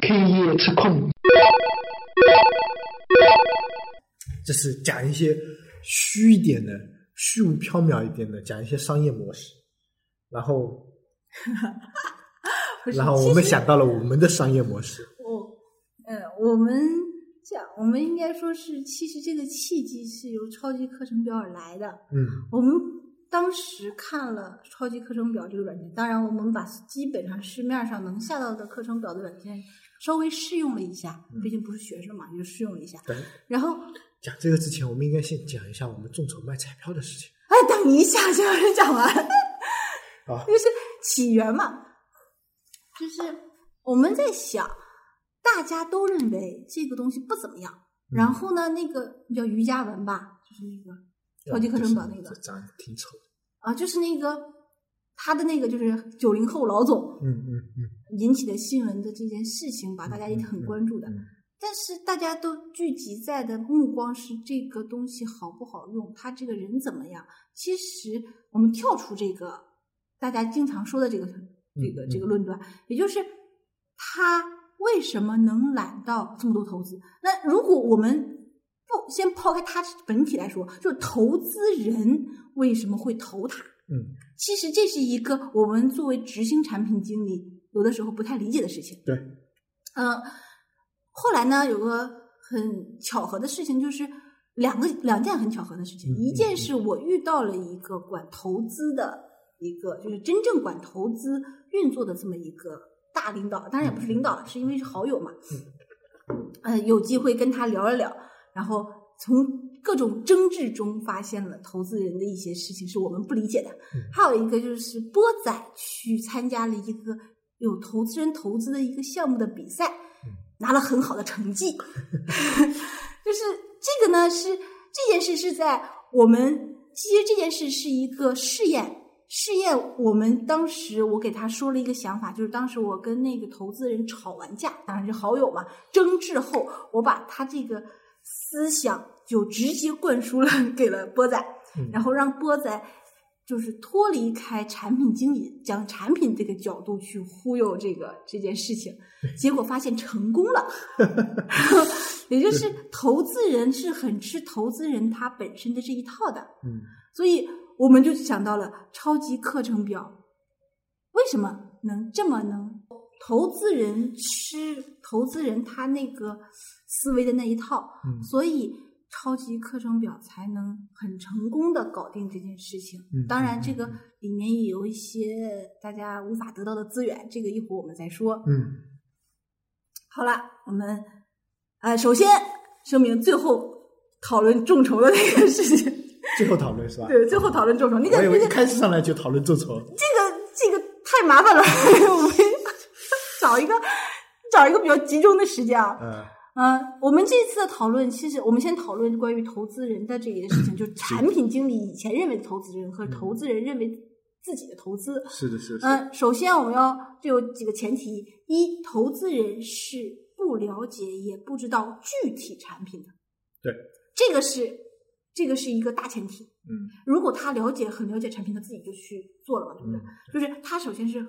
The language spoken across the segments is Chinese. K 夜吃控，就是讲一些虚一点的、虚无缥缈一点的，讲一些商业模式。然后，不是然后我们，其实想到了我们的商业模式。我，嗯，我们讲，我们应该说是，其实这个契机是由超级课程表而来的。嗯我们当时看了超级课程表这个软件，当然我们把基本上市面上能下到的课程表的软件稍微试用了一下，嗯毕竟不是学生嘛，就试用了一下。对，然后，讲这个之前，我们应该先讲一下我们众筹卖彩票的事情。哎，等一下，先让人讲完。啊就是起源嘛，就是我们在想，大家都认为这个东西不怎么样。然后呢，那个叫瑜伽文吧，就是那个超级课程表那个就是长得挺丑。啊，就是那个他的那个就是九零后老总嗯嗯嗯，引起的新闻的这件事情吧，大家也很关注的嗯嗯嗯。但是大家都聚集在的目光是这个东西好不好用，他这个人怎么样。其实我们跳出这个大家经常说的这个这嗯个这个论断，也就是他为什么能揽到这么多投资？那如果我们不先抛开他本体来说，就是投资人为什么会投他？嗯，其实这是一个我们作为执行产品经理有的时候不太理解的事情。对，嗯，后来呢，有个很巧合的事情，就是两个两件很巧合的事情，嗯一件是我遇到了一个管投资的一个，就是真正管投资运作的这么一个大领导，当然也不是领导了，是因为是好友嘛。嗯，有机会跟他聊一聊，然后从各种争执中发现了投资人的一些事情是我们不理解的。还有一个就是波仔去参加了一个有投资人投资的一个项目的比赛，拿了很好的成绩。 就是这个呢，是这件事是在我们其实这件事是一个试验，试验我们当时我给他说了一个想法，就是当时我跟那个投资人吵完架，当然是好友嘛，争执后，我把他这个思想就直接灌输了 给了波仔。嗯然后让波仔就是脱离开产品经理，讲产品这个角度去忽悠这个这件事情，结果发现成功了。 也就是投资人是很吃投资人他本身的这一套的，嗯所以我们就想到了超级课程表，为什么能这么能？投资人吃投资人他那个思维的那一套，嗯所以超级课程表才能很成功的搞定这件事情。嗯当然，嗯这个里面也有一些大家无法得到的资源，这个一会儿我们再说。嗯，好了，我们呃，首先声明，最后讨论众筹的那个事情，最后讨论是吧？对，最后讨论众筹，那个我以那为一个开始上来就讨论众筹。这个太麻烦了， 我们找一个找一个比较集中的时间啊。嗯嗯，我们这次的讨论，其实我们先讨论关于投资人的这件事情，就是产品经理以前认为的投资人和投资人认为自己的投资。是的，是的，是的嗯，首先我们要这有几个前提：一，投资人是不了解也不知道具体产品的，对，这个是这个是一个大前提。嗯如果他了解很了解产品，他自己就去做了嘛，对不对？嗯就是他首先是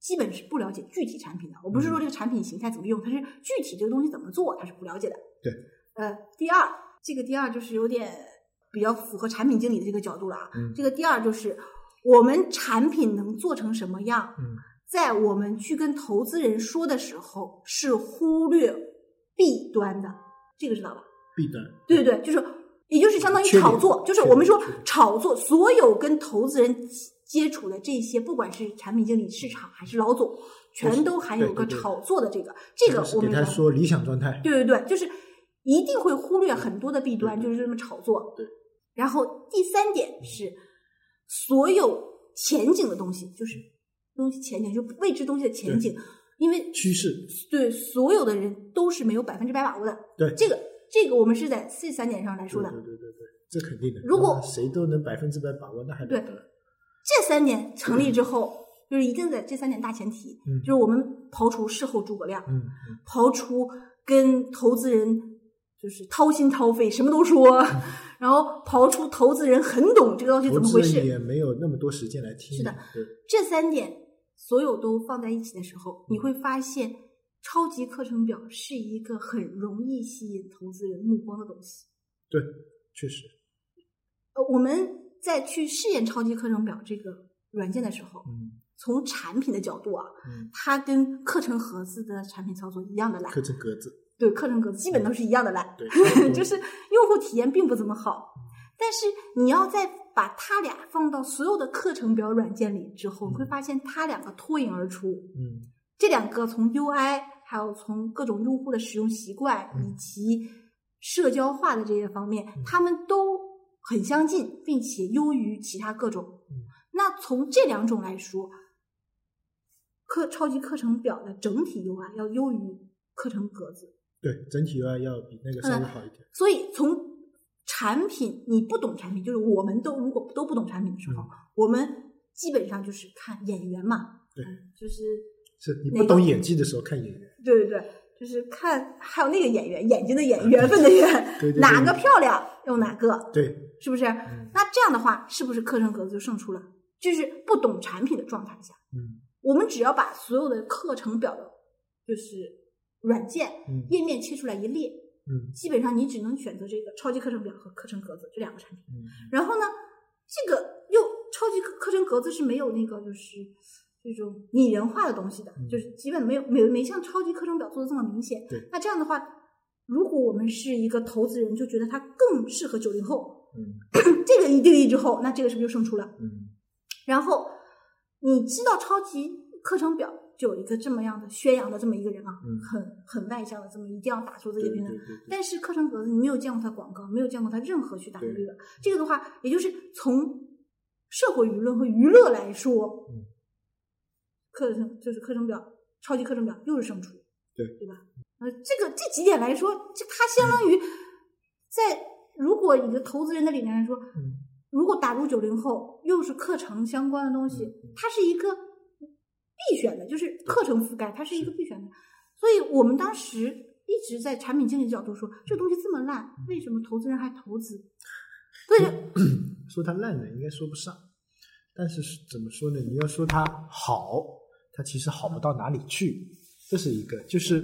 基本是不了解具体产品的。我不嗯是说这个产品形态怎么用，它是具体这个东西怎么做，他是不了解的。对。呃，第二，这个第二就是有点比较符合产品经理的这个角度了啊。嗯这个第二就是我们产品能做成什么样，嗯在我们去跟投资人说的时候是忽略弊端的，这个知道吧？ ，B 端，对对对，就是也就是相当于缺点炒作，就是缺我们说点缺点炒作，所有跟投资人接触的这些，不管是产品经理、市场还是老总，全都含有对对个对炒作的这个，这个就是我给们他要说理想状态。对对对，就是一定会忽略很多的弊端，就是这么炒作。对。然后第三点是，所有前景的东西，就是东西前景，就未知东西的前景，因为趋势，对所有的人都是没有百分之百把握的。对这个这个我们是在这三点上来说的。对对对对对，这肯定的。如果那谁都能百分之百把握，那还得对这三点成立之后，就是一定在这三点大前提，嗯就是我们刨除事后诸葛亮，嗯刨除跟投资人就是掏心掏肺什么都说， 然后刨除投资人很懂这个东西嗯，投怎么资回人事，也没有那么多时间来听。是的，对，这三点所有都放在一起的时候，你会发现超级课程表是一个很容易吸引投资人目光的东西。对，确实，呃，我们在去试验超级课程表这个软件的时候，嗯从产品的角度啊，嗯，它跟课程盒子的产品操作一样的烂，刻成格子，对，课程格子基本都是一样的烂。，对 就是用户体验并不怎么好。但是你要再把它俩放到所有的课程表软件里之后，嗯会发现它两个脱颖而出。嗯这两个从 UI，还有从各种用户的使用习惯嗯以及社交化的这些方面嗯，他们都很相近，并且优于其他各种嗯。那从这两种来说，课超级课程表的整体 UI 要优于课程格子。对，整体 UI 要比那个嗯稍微好一点，所以从产品，你不懂产品，就是我们都如果都不懂产品的时候，嗯我们基本上就是看演员嘛，对嗯，就是是你哪不个懂演技的时候看演员，对对对，就是看还有那个演员眼睛的眼，缘分的缘，对对对哪个漂亮用哪个，对，是不是？嗯那这样的话，是不是课程格子就胜出了？就是不懂产品的状态下，嗯我们只要把所有的课程表的，就是软件嗯页面切出来一列，嗯基本上你只能选择这个超级课程表和课程格子这两个产品。嗯，然后呢，这个又超级课课程格子是没有那个就是这种拟人化的东西的，嗯就是基本没有没没像超级课程表做的这么明显。对那这样的话，如果我们是一个投资人，就觉得它更适合九零后， 嗯这个一定义之后，那这个是不是就胜出了？嗯然后你知道超级课程表就有一个这么样的宣扬的这么一个人啊，嗯很很外向的这么一定要打出自对己的对人。对对，但是课程格子你没有见过他广告，没有见过他任何去打对娱乐。这个的话，也就是从社会舆论和娱乐来说，嗯课程就是课程表，超级课程表又是胜出，对对吧？呃，这个这几点来说，这它相当于在如果以一个投资人的理念来说，嗯如果打入九零后，又是课程相关的东西嗯嗯，它是一个必选的，就是课程覆盖，它是一个必选的。所以我们当时一直在产品经理角度说，这东西这么烂，为什么投资人还投资？对，嗯 说它烂呢，应该说不上，但是是怎么说呢？你要说它好，它其实好不到哪里去，这是一个，就是，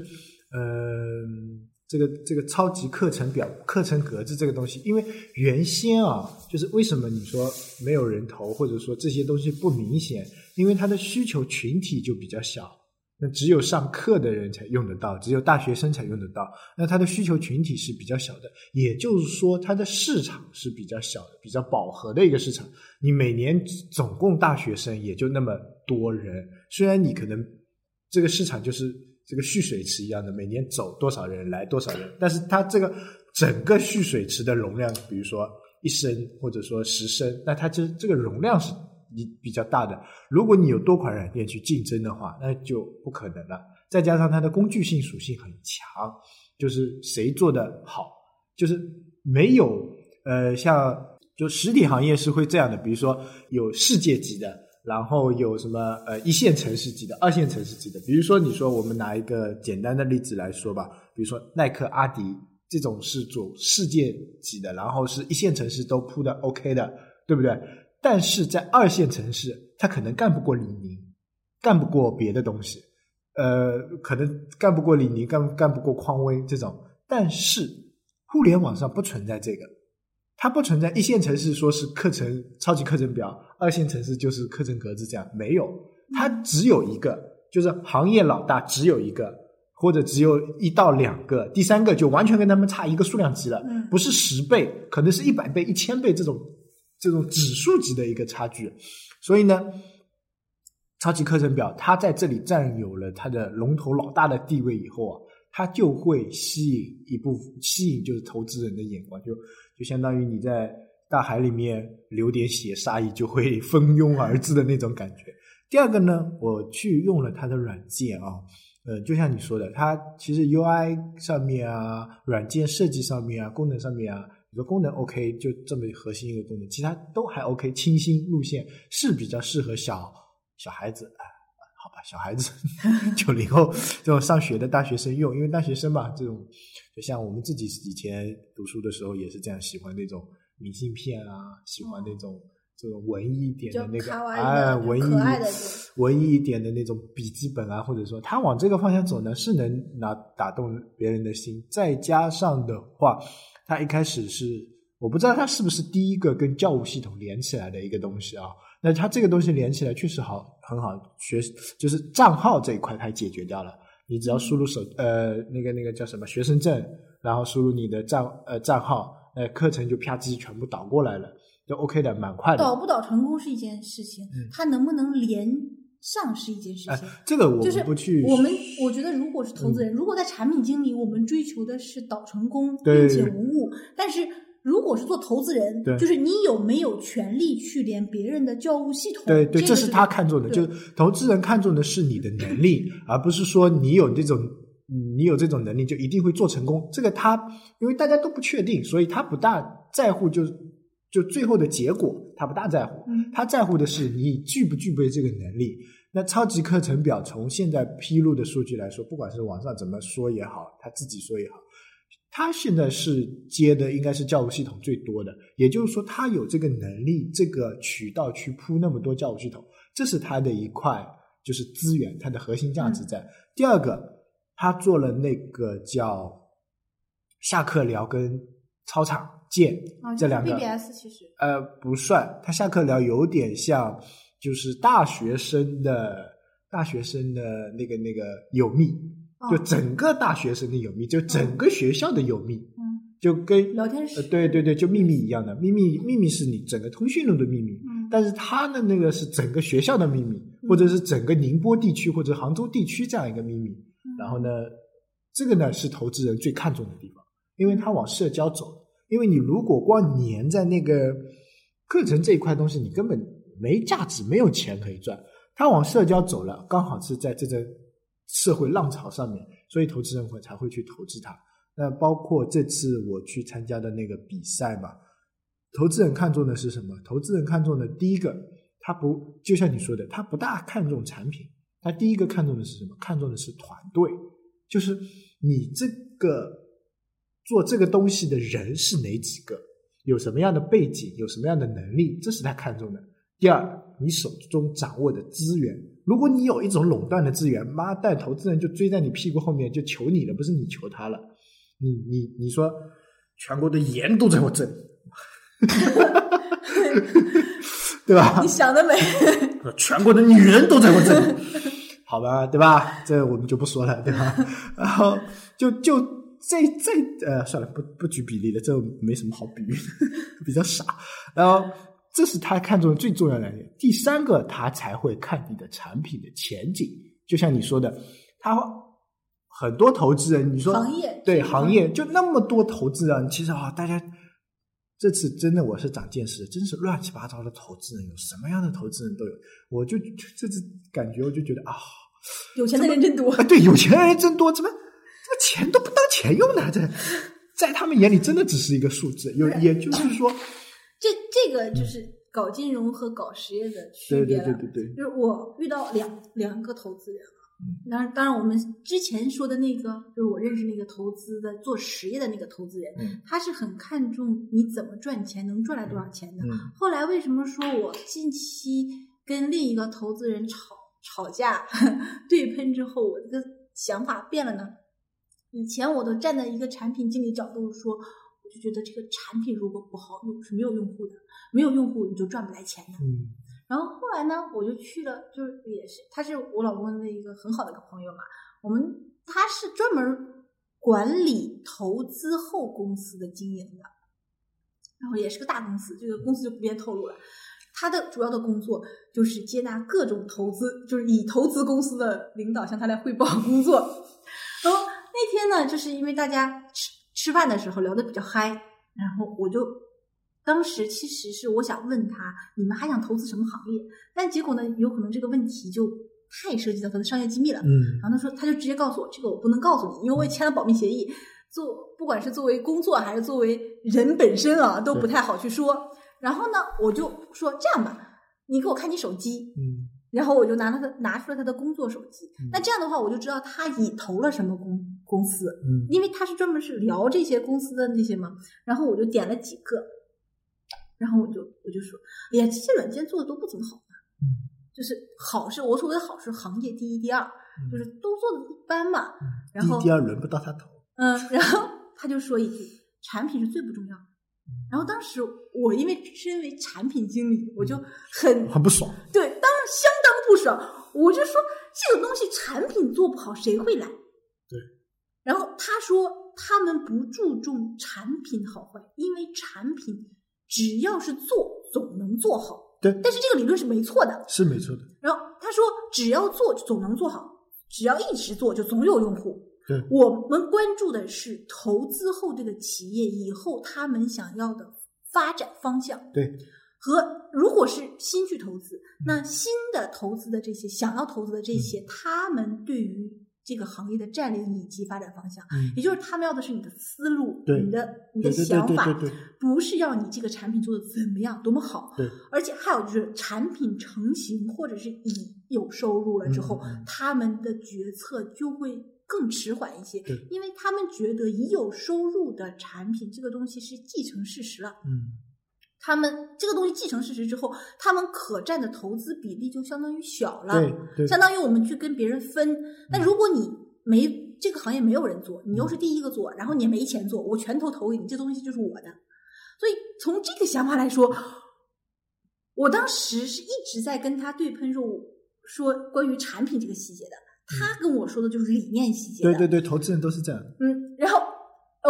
嗯、这个这个超级课程表、课程格子这个东西，因为原先啊，就是为什么你说没有人投，或者说这些东西不明显，因为它的需求群体就比较小。那只有上课的人才用得到，只有大学生才用得到。那它的需求群体是比较小的，也就是说，它的市场是比较小的、比较饱和的一个市场。你每年总共大学生也就那么多人，虽然你可能这个市场就是这个蓄水池一样的，每年走多少人来多少人，但是它这个整个蓄水池的容量，比如说一升或者说十升，那它这这个容量是比比较大的。如果你有多款软件去竞争的话，那就不可能了。再加上它的工具性属性很强，就是谁做的好，就是没有呃，像就实体行业是会这样的，比如说有世界级的，然后有什么呃一线城市级的、二线城市级的。比如说，你说我们拿一个简单的例子来说吧，比如说耐克、阿迪这种是做世界级的，然后是一线城市都铺的 OK 的，对不对？但是在二线城市，他可能干不过李宁，干不过别的东西，呃，可能干不过李宁，干干不过匡威这种。但是互联网上不存在这个，它不存在一线城市说是课程超级课程表，二线城市就是课程格子这样，没有，它只有一个，就是行业老大只有一个，或者只有一到两个，第三个就完全跟他们差一个数量级了，嗯不是十倍，可能是一百倍、一千倍这种这种指数级的一个差距，所以呢。超级课程表，它在这里占有了它的龙头老大的地位以后啊，它就会吸引一部吸引就是投资人的眼光，就就相当于你在大海里面流点血，鲨鱼就会 蜂拥而至的那种感觉。第二个呢，我去用了它的软件啊，呃，就像你说的，它其实 UI 上面啊、软件设计上面啊、功能上面啊，你说功能 OK，就这么核心一个功能，其他都还 OK，清新路线是比较适合小小孩子啊。好吧，小孩子 九零后这种上学的大学生用，因为大学生嘛，这种就像我们自己以前读书的时候也是这样，喜欢那种明信片啊，喜欢那种这种文艺一点的那比较个，卡哇伊的哎，文艺可爱的这种文艺一点的那种笔记本啊，或者说他往这个方向走呢，是能拿打动别人的心。再加上的话，他一开始是我不知道他是不是第一个跟教务系统连起来的一个东西啊。那他这个东西连起来确实好，很好学，就是账号这一块他解决掉了。你只要输入手呃那个那个叫什么学生证，然后输入你的账呃账号，呃课程就啪叽全部导过来了，就 OK 的，蛮快的。导不导成功是一件事情，嗯它能不能连上是一件事情。哎这个我就是们不去，嗯我们，我觉得如果是投资人，如果在产品经理，我们追求的是导成功，并对且无误。但是如果是做投资人，对就是你有没有权利去连别人的教务系统？对对，这这个是他看重的，对就投资人看重的是你的能力，而不是说你有这种你有这种能力就一定会做成功。这个他因为大家都不确定，所以他不大在乎就就最后的结果，他不大在乎，嗯他在乎的是你具不具备这个能力。那超级课程表从现在披露的数据来说，不管是网上怎么说也好，他自己说也好，他现在是接的应该是教务系统最多的，也就是说，他有这个能力、这个渠道去铺那么多教务系统，这是他的一块就是资源，它的核心价值在。第二个，他做了那个叫下课聊跟操场见、啊，这两个 BBS 其实呃，不算，他下课聊有点像，就是大学生的大学生的那个那个有密，哦就整个大学生的有密，就整个学校的有密，嗯，就跟聊天呃室，对对对，就秘密一样的秘密，秘密是你整个通讯录的秘密，嗯但是他的那个是整个学校的秘密，或者是整个宁波地区或者杭州地区这样一个秘密。然后呢，这个呢是投资人最看重的地方，因为他往社交走。因为你如果光粘在那个课程这一块东西，你根本没价值，没有钱可以赚。他往社交走了，刚好是在这个社会浪潮上面，所以投资人会才会去投资它。那包括这次我去参加的那个比赛嘛，投资人看重的是什么？投资人看重的第一个，他不就像你说的，他不大看重产品，他第一个看重的是什么？看重的是团队，就是你这个做这个东西的人是哪几个，有什么样的背景，有什么样的能力，这是他看重的。第二，你手中掌握的资源，如果你有一种垄断的资源，妈蛋，投资人就追在你屁股后面就求你了，不是你求他了。你你你说，全国的盐都在我这里， 对吧？你 想得美，全国的女人都在我这里，好吧，对吧？这我们就不说了，对吧？然后就就这这呃，算了，不不举比例了，这没什么好比喻的， 比较傻。然后这是他看中的最重要的两点，第三个他才会看你的产品的前景，就像你说的，他很多投资人，你说行业对行业就那么多投资人，其实啊，大家这次真的我是长见识，真是乱七八糟的投资人，有什么样的投资人都有。我就这次感觉，我就觉得啊，有钱的人真多啊，。对，有钱人真多，怎么这个钱都不当钱用呢？这在他们眼里真的只是一个数字。有，不是也就是说，这这个就是搞金融和搞实业的区对别对了。对对对，就是我遇到两两个投资人了。嗯当然，当然，我们之前说的那个，就是我认识那个投资的做实业的那个投资人，嗯他是很看重你怎么赚钱，能赚来多少钱的。嗯后来为什么说我近期跟另一个投资人吵吵架 对喷之后，我这个想法变了呢？以前我都站在一个产品经理角度说，我就觉得这个产品如果不好用是没有用户的，没有用户你就赚不来钱的。嗯然后后来呢，我就去了，就是也是，他是我老公的一个很好的一个朋友嘛。我们他是专门管理投资后公司的经营的，然后也是个大公司，这个公司就不便透露了。他的主要的工作就是接纳各种投资，就是以投资公司的领导向他来汇报工作。然后那天呢，就是因为大家吃吃饭的时候聊得比较嗨，然后我就当时其实是我想问他，你们还想投资什么行业？但结果呢，有可能这个问题就太涉及到他的商业机密了。嗯然后他说，他就直接告诉我，这个我不能告诉你，因为我也签了保密协议。做不管是作为工作还是作为人本身啊，都不太好去说。然后呢，我就说这样吧，你给我看你手机，嗯然后我就拿了他拿出了他的工作手机。嗯那这样的话，我就知道他已投了什么公公司。嗯因为他是专门是聊这些公司的那些嘛，然后我就点了几个，然后我就我就说，哎呀，这些软件做的都不怎么好吧嗯就是好是，我所谓的好是行业第一、第二，就是都做的一般嘛。嗯然后第第二轮不到他头，嗯，然后他就说一句：“产品是最不重要的。”嗯然后当时我因为身为产品经理，我就嗯很很不爽。对，当然相当不爽。我就说这个东西产品做不好，谁会来？对。然后他说他们不注重产品好坏，因为产品只要是做，总能做好。对但是这个理论是没错的。是没错的，然后他说只要做，总能做好，只要一直做，就总有用户。对我们关注的是投资后这个企业以后他们想要的发展方向。对嗯和如果是新去投资，那新的投资的这些想要投资的这些，他们对于这个行业的战略以及发展方向，嗯，也就是他们要的是你的思路，对你的你对的对想对对法，对对不是要你这个产品做的怎么样多么好，对，而且还有就是产品成型或者是已有收入了之后，嗯嗯他们的决策就会更迟缓一些对，因为他们觉得已有收入的产品这个东西是既成事实了。嗯，他们这个东西既成事实之后，他们可占的投资比例就相当于小了，对对相当于我们去跟别人分。嗯那如果你没这个行业没有人做，你又是第一个做，然后你也没钱做，我全投投给你，这东西就是我的。所以从这个想法来说，我当时是一直在跟他对喷说说关于产品这个细节的，他跟我说的就是理念细节的。嗯对对对，投资人都是这样，嗯，然后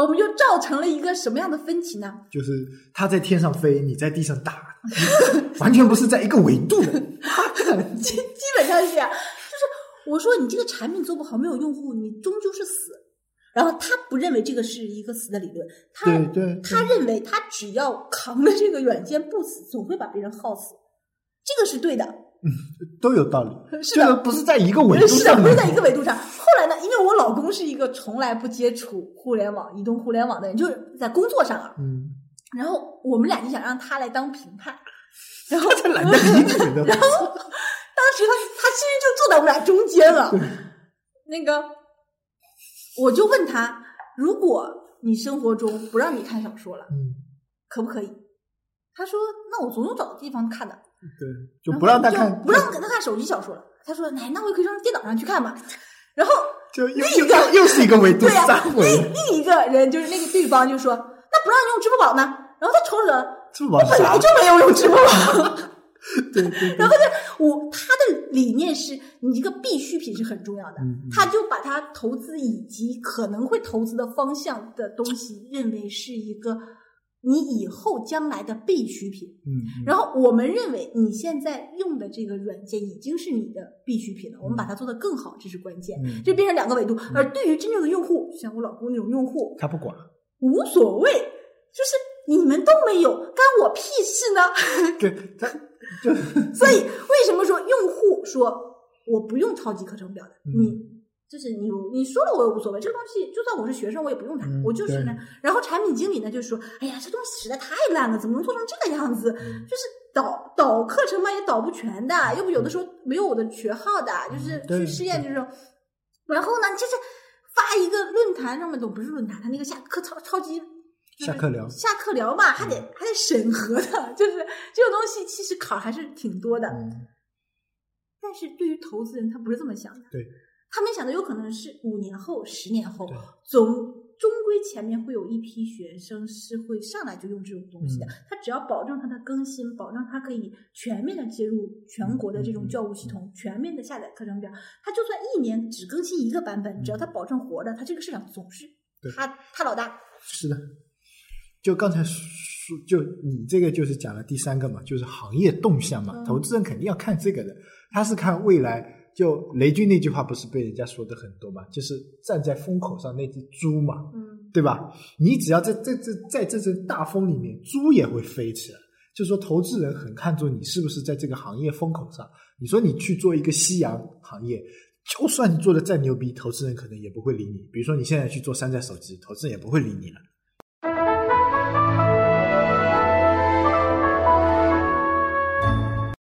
我们就造成了一个什么样的分歧呢？就是他在天上飞，你在地上打， 完全不是在一个维度的。基基本上是这样，就是我说你这个产品做不好，没有用户，你终究是死。然后他不认为这个是一个死的理论，他对对，对他认为他只要扛着这个软件不死，总会把别人耗死，这个是对的，都有道理，是这的个不是在一个维度是的，上不的是在一个维度上。后来呢，因为我老公是一个从来不接触互联网、移动互联网的人，就是在工作上啊，嗯，然后我们俩就想让他来当评判，然后 这懒得理你 的，当时他他其实就坐在我们俩中间了。那个，我就问他，如果你生活中不让你看小说了，嗯，可不可以？他说：“那我总有找地方看的，对，就不让他然后看，就不让他看手机小说了。”他说：“哎，那我也可以上电脑上去看嘛。”然 后就又又又又是一个维度，对呀、三维，另另一个人就是那个对方就说：“那不让用支付宝呢？”然后他瞅瞅，这玩本啥来就？没有用支付宝。 对对，然后就我他的理念是你这个必需品是很重要的，嗯嗯他就把他投资以及可能会投资的方向的东西认为是一个你以后将来的必需品。嗯，然后我们认为你现在用的这个软件已经是你的必需品了，我们把它做得更好，这是关键。嗯这变成两个维度，而对于真正的用户，像我老公那种用户，他不管，无所谓，就是你们都没有，干我屁事呢？ 对他就所以为什么说用户说我不用超级课程表的？嗯你就是你，你说了我也无所谓，这个东西就算我是学生，我也不用它，嗯我就是呢。然后产品经理呢就说：“哎呀，这东西实在太烂了，怎么能做成这个样子？嗯就是导导课程嘛，也导不全的，要不有的时候没有我的学号的，就是嗯对去试验这种。然后呢，就是发一个论坛上面，都不是论坛，他那个下课超超级。”下课聊嗯下课聊嘛，还得还得审核的，就是这种东西其实坎儿还是挺多的。嗯，但是对于投资人，他不是这么想的。对，他们想的有可能是五年后、十年后对，总终归前面会有一批学生是会上来就用这种东西的。嗯他只要保证它的更新，保证它可以全面的接入全国的嗯这种教务系统，全面的下载课程表，他就算一年只更新一个版本，只要他保证活着，他这个市场总是嗯对他他老大。是的。就刚才说，就你这个就是讲了第三个嘛，就是行业动向嘛，嗯投资人肯定要看这个的，他是看未来。就雷军那句话不是被人家说的很多嘛，就是站在风口上那只猪嘛，嗯对吧？你只要在这这在这阵大风里面，猪也会飞起来。就说投资人很看重你是不是在这个行业风口上。你说你去做一个夕阳行业，就算你做的再牛逼，投资人可能也不会理你。比如说你现在去做山寨手机，投资人也不会理你了。